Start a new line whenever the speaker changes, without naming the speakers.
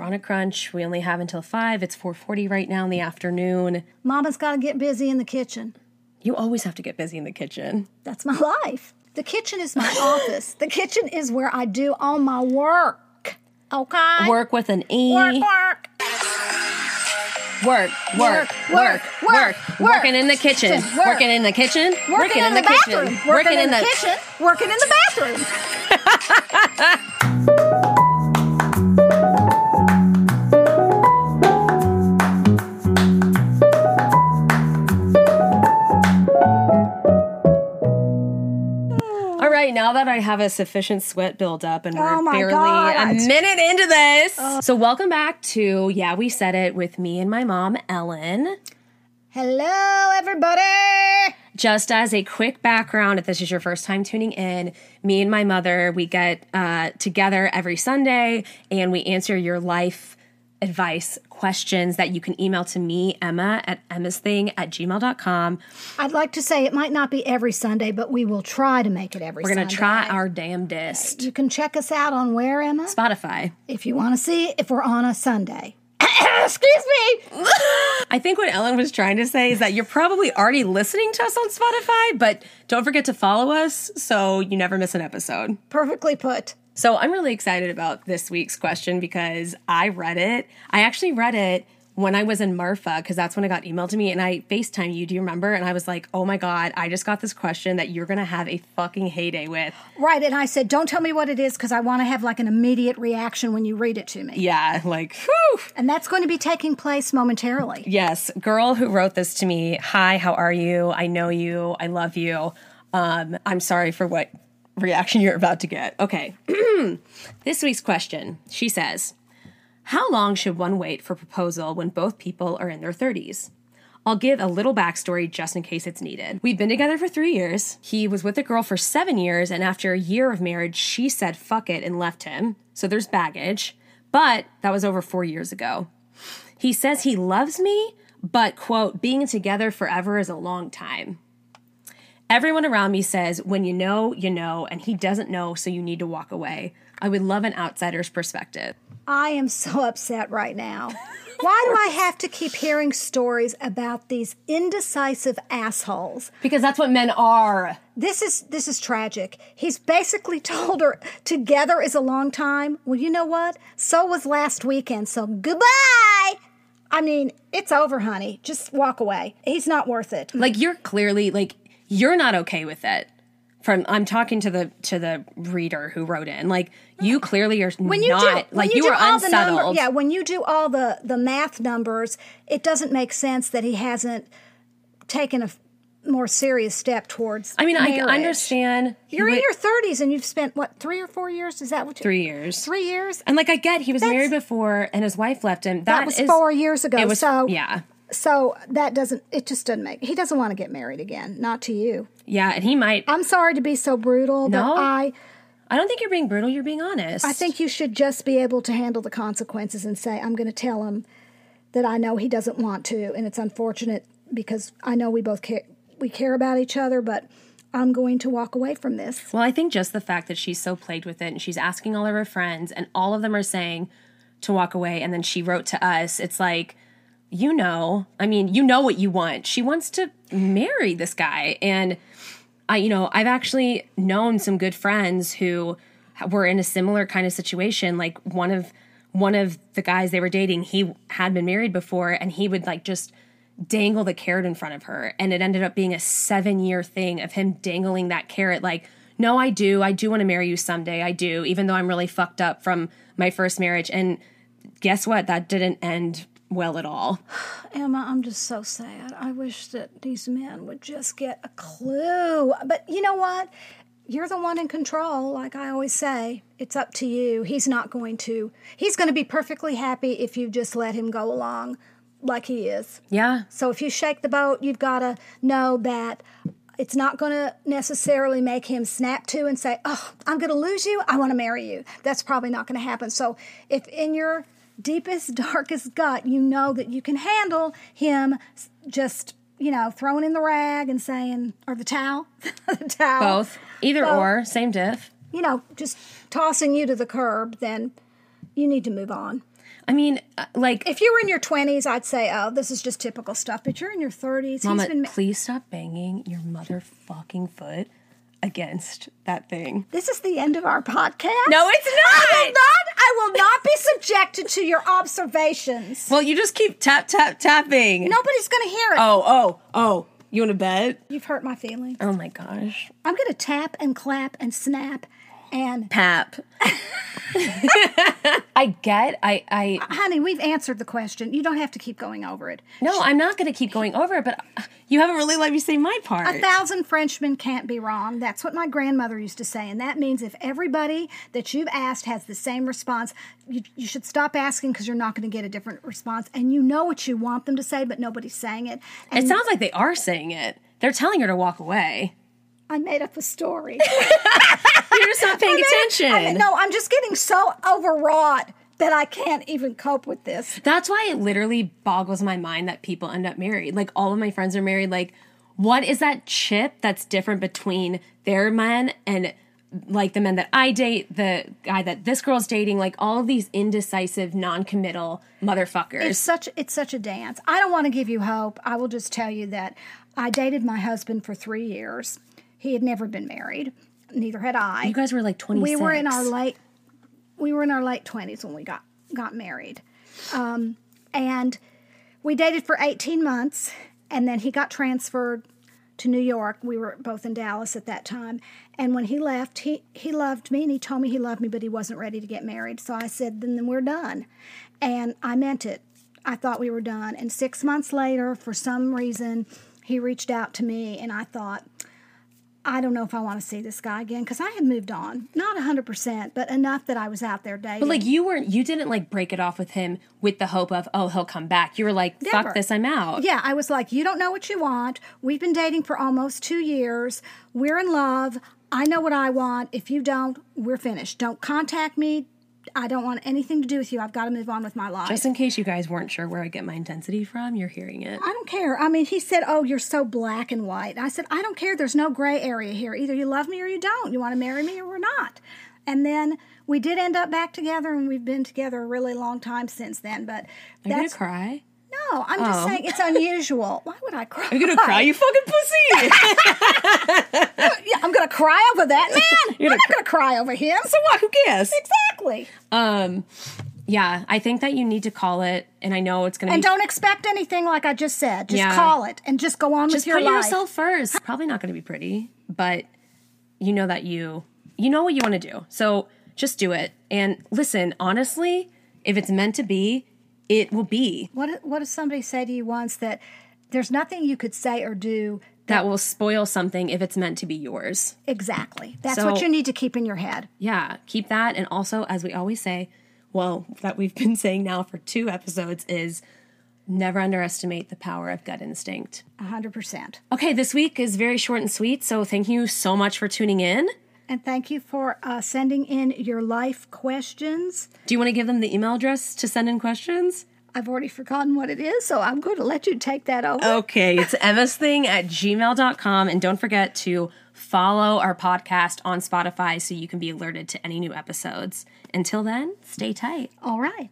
on a crunch. We only have until 5. It's 4:40 right now in the afternoon.
Mama's got to get busy in the kitchen.
You always have to get busy in the kitchen.
That's my life. The kitchen is my office. The kitchen is where I do all my work. Okay?
Work with an E.
Work, work.
work, work,
Work,
work,
work,
work,
work.
working in the kitchen,
Kitchen, work.
working in the kitchen,
Working in the bathroom. Working in the kitchen. Working in the bathroom.
All right, now that I have a sufficient sweat buildup and we're
Oh my
barely a
God. Oh.
minute into this. So, welcome back to Yeah, We Said It with me and my mom, Ellen.
Hello, everybody.
Just as a quick background, if this is your first time tuning in, me and my mother, we get uh, together every Sunday and we answer your life advice questions that you can email to me, Emma, at emma's thing at gmail.com.
I'd like to say it might not be every Sunday, but we will try to make it every
We're
Sunday.
going to try our damnedest.
You can check us out on where, Emma?
Spotify.
If you want to see if we're on a Sunday. Excuse me.
I think what Ellen was trying to say is that you're probably already listening to us on Spotify, but don't forget to follow us so you never miss an episode.
Perfectly put.
So I'm really excited about this week's question because I read it. I actually read it when I was in Marfa because that's when it got emailed to me and I FaceTime you. Do you remember? And I was like, oh my God, I just got this question that you're going to have a fucking heyday with.
Right, and I said, "Don't tell me what it is because I want to have like an immediate reaction when you read it to me."
Yeah, like, whew.
And that's going to be taking place momentarily.
Yes, girl who wrote this to me. Hi, how are you? I know you. I love you. Um, I'm sorry for what reaction you're about to get. Okay. this week's question. She says, How long should one wait for proposal when both people are in their 30s? I'll give a little backstory just in case it's needed. We've been together for three years. He was with a girl for seven years, and after a year of marriage, she said fuck it and left him. So there's baggage. But that was over four years ago. He says he loves me, but, quote, being together forever is a long time. Everyone around me says, when you know, you know, and he doesn't know, so you need to walk away. I would love an outsider's perspective.
I am so upset right now. Why do I have to keep hearing stories about these indecisive assholes?
Because that's what men are.
This is this is tragic. He's basically told her together is a long time. Well, you know what? So was last weekend. So goodbye. I mean, it's over, honey. Just walk away. He's not worth it.
Like you're clearly like you're not okay with it. From I'm talking to the to the reader who wrote in. Like you clearly are
when you
not
do, when
like you,
do
are
all
unsettled.
The number, yeah, when you do all the the math numbers, it doesn't make sense that he hasn't taken a f- more serious step towards.
I mean, I
marriage.
understand. he
You're in
went
your thirties and you've spent what three or four years? Is that what you,
three years.
Three years.
And like I get, he was
That's-
married before, and his wife left him.
That was
is-
four years ago.
It was
Oh, so
yeah,
So that doesn't. It just doesn't make. He doesn't want to get married again. Not to you.
yeah, and he might.
I'm sorry to be so brutal,
No.
but I
I don't think you're being brutal. You're being honest.
I think you should just be able to handle the consequences and say, I'm going to tell him that I know he doesn't want to. And it's unfortunate because I know we both care, we care about each other, but I'm going to walk away from this.
Well, I think just the fact that she's so plagued with it, and she's asking all of her friends, and all of them are saying to walk away, and then she wrote to us. It's like, you know, I mean, you know what you want. She wants to marry this guy, and I, you know, I've actually known some good friends who were in a similar kind of situation. Like one of one of the guys they were dating, he had been married before, and he would like just dangle the carrot in front of her, and it ended up being a seven year thing of him dangling that carrot. Like, no, I do, I do want to marry you someday. I do, even though I'm really fucked up from my first marriage. And guess what? That didn't end well at all.
Emma, I'm just so sad. I wish that these men would just get a clue. But you know what? You're the one in control. Like I always say, it's up to you. He's not going to. He's going to be perfectly happy if you just let him go along like he is.
Yeah.
So if you shake the boat, you've got to know that it's not going to necessarily make him snap to and say, "Oh, I'm going to lose you. I want to marry you." That's probably not going to happen. So if in your deepest darkest gut you know that you can handle him s- just you know throwing in the rag and saying or the towel the towel
Both. Either
Well-
or, same diff.
you know just tossing you to the curb then you need to move on
I mean, uh, like,
If you were in your 20s, I'd say, oh, this is just typical stuff. But you're in your 30s.
Mama,
He's been. Ma-
please stop banging your motherfucking foot against that thing.
this is the end of our podcast.
No, it's
I will
not.
not. I will not be subjected to your observations.
Well, you just keep tap, tap, tapping.
Nobody's going to hear it.
Oh, oh, oh. You want to bet?
You've hurt my feelings.
Oh my gosh.
I'm going to tap and clap and snap and.
Pap. I get, I, I,
Honey, we've answered the question. You don't have to keep going over it.
no, I'm not going to keep going over it, but you haven't really let me say my part.
A thousand Frenchmen can't be wrong. That's what my grandmother used to say. And that means if everybody that you've asked has the same response, you, you should stop asking because you're not going to get a different response. And you know what you want them to say, but nobody's saying it. And
it sounds like they are saying it. They're telling her to walk away.
I made up a story.
You're just not paying attention.
I mean, no, I'm just getting so overwrought that I can't even cope with this.
That's why it literally boggles my mind that people end up married. Like all of my friends are married. Like, what is that chip that's different between their men and like the men that I date, the guy that this girl's dating, like all of these indecisive, non-committal motherfuckers.
It's such it's such a dance. I don't want to give you hope. I will just tell you that I dated my husband for 3 years. He had never been married. Neither had I.
you guys were like 26.
we were in our late we were in our late 20s when we got got married um, and we dated for 18 months and then he got transferred to New York. We were both in Dallas at that time. And when he left, he, he loved me and he told me he loved me, but he wasn't ready to get married. So I said, then, then we're done. And I meant it. I thought we were done. And six months later, for some reason, he reached out to me and I thought, I don't know if I want to see this guy again because I had moved on. Not 100%, but enough that I was out there dating.
But like you weren't, you didn't like break it off with him with the hope of, oh, he'll come back. You were like,
Never.
fuck this, I'm out.
Yeah, I was like, you don't know what you want. We've been dating for almost two years. We're in love. I know what I want. If you don't, we're finished. Don't contact me. I don't want anything to do with you. I've got to move on with my life.
Just in case you guys weren't sure where I get my intensity from, you're hearing it.
I don't care. I mean, he said, Oh, you're so black and white. I said, I don't care. There's no gray area here. Either you love me or you don't. You want to marry me or we're not. And then we did end up back together, and we've been together a really long time since then. But
Are you gonna
that's
cry?
no, I'm just saying it's unusual. Why would I cry?
You're gonna cry, you fucking pussy.
Yeah, I'm gonna cry over that man. I'm not gonna cry over him.
so what? Who cares?
Exactly.
Um, yeah, I think that you need to call it, and I know it's gonna
And
be
don't expect anything like I just said. Just
Yeah.
call it and just go on
just
with your
put
life.
yourself first. Probably not gonna be pretty, but you know that you you know what you want to do, so just do it. And listen, honestly, if it's meant to be, it will be.
What What does somebody say to you once that there's nothing you could say or do?
That will spoil something if it's meant to be yours.
Exactly. That's
So-
what you need to keep in your head.
Yeah, keep that. And also, as we always say, well, that we've been saying now for two episodes is never underestimate the power of gut instinct.
hundred percent.
Okay, this week is very short and sweet, so thank you so much for tuning in.
And thank you for uh, sending in your life questions.
Do you want to give them the email address to send in questions?
I've already forgotten what it is, so I'm going to let you take that over.
Okay, it's Emma's thing at gmail.com. And don't forget to follow our podcast on Spotify so you can be alerted to any new episodes. Until then, stay tight.
All right.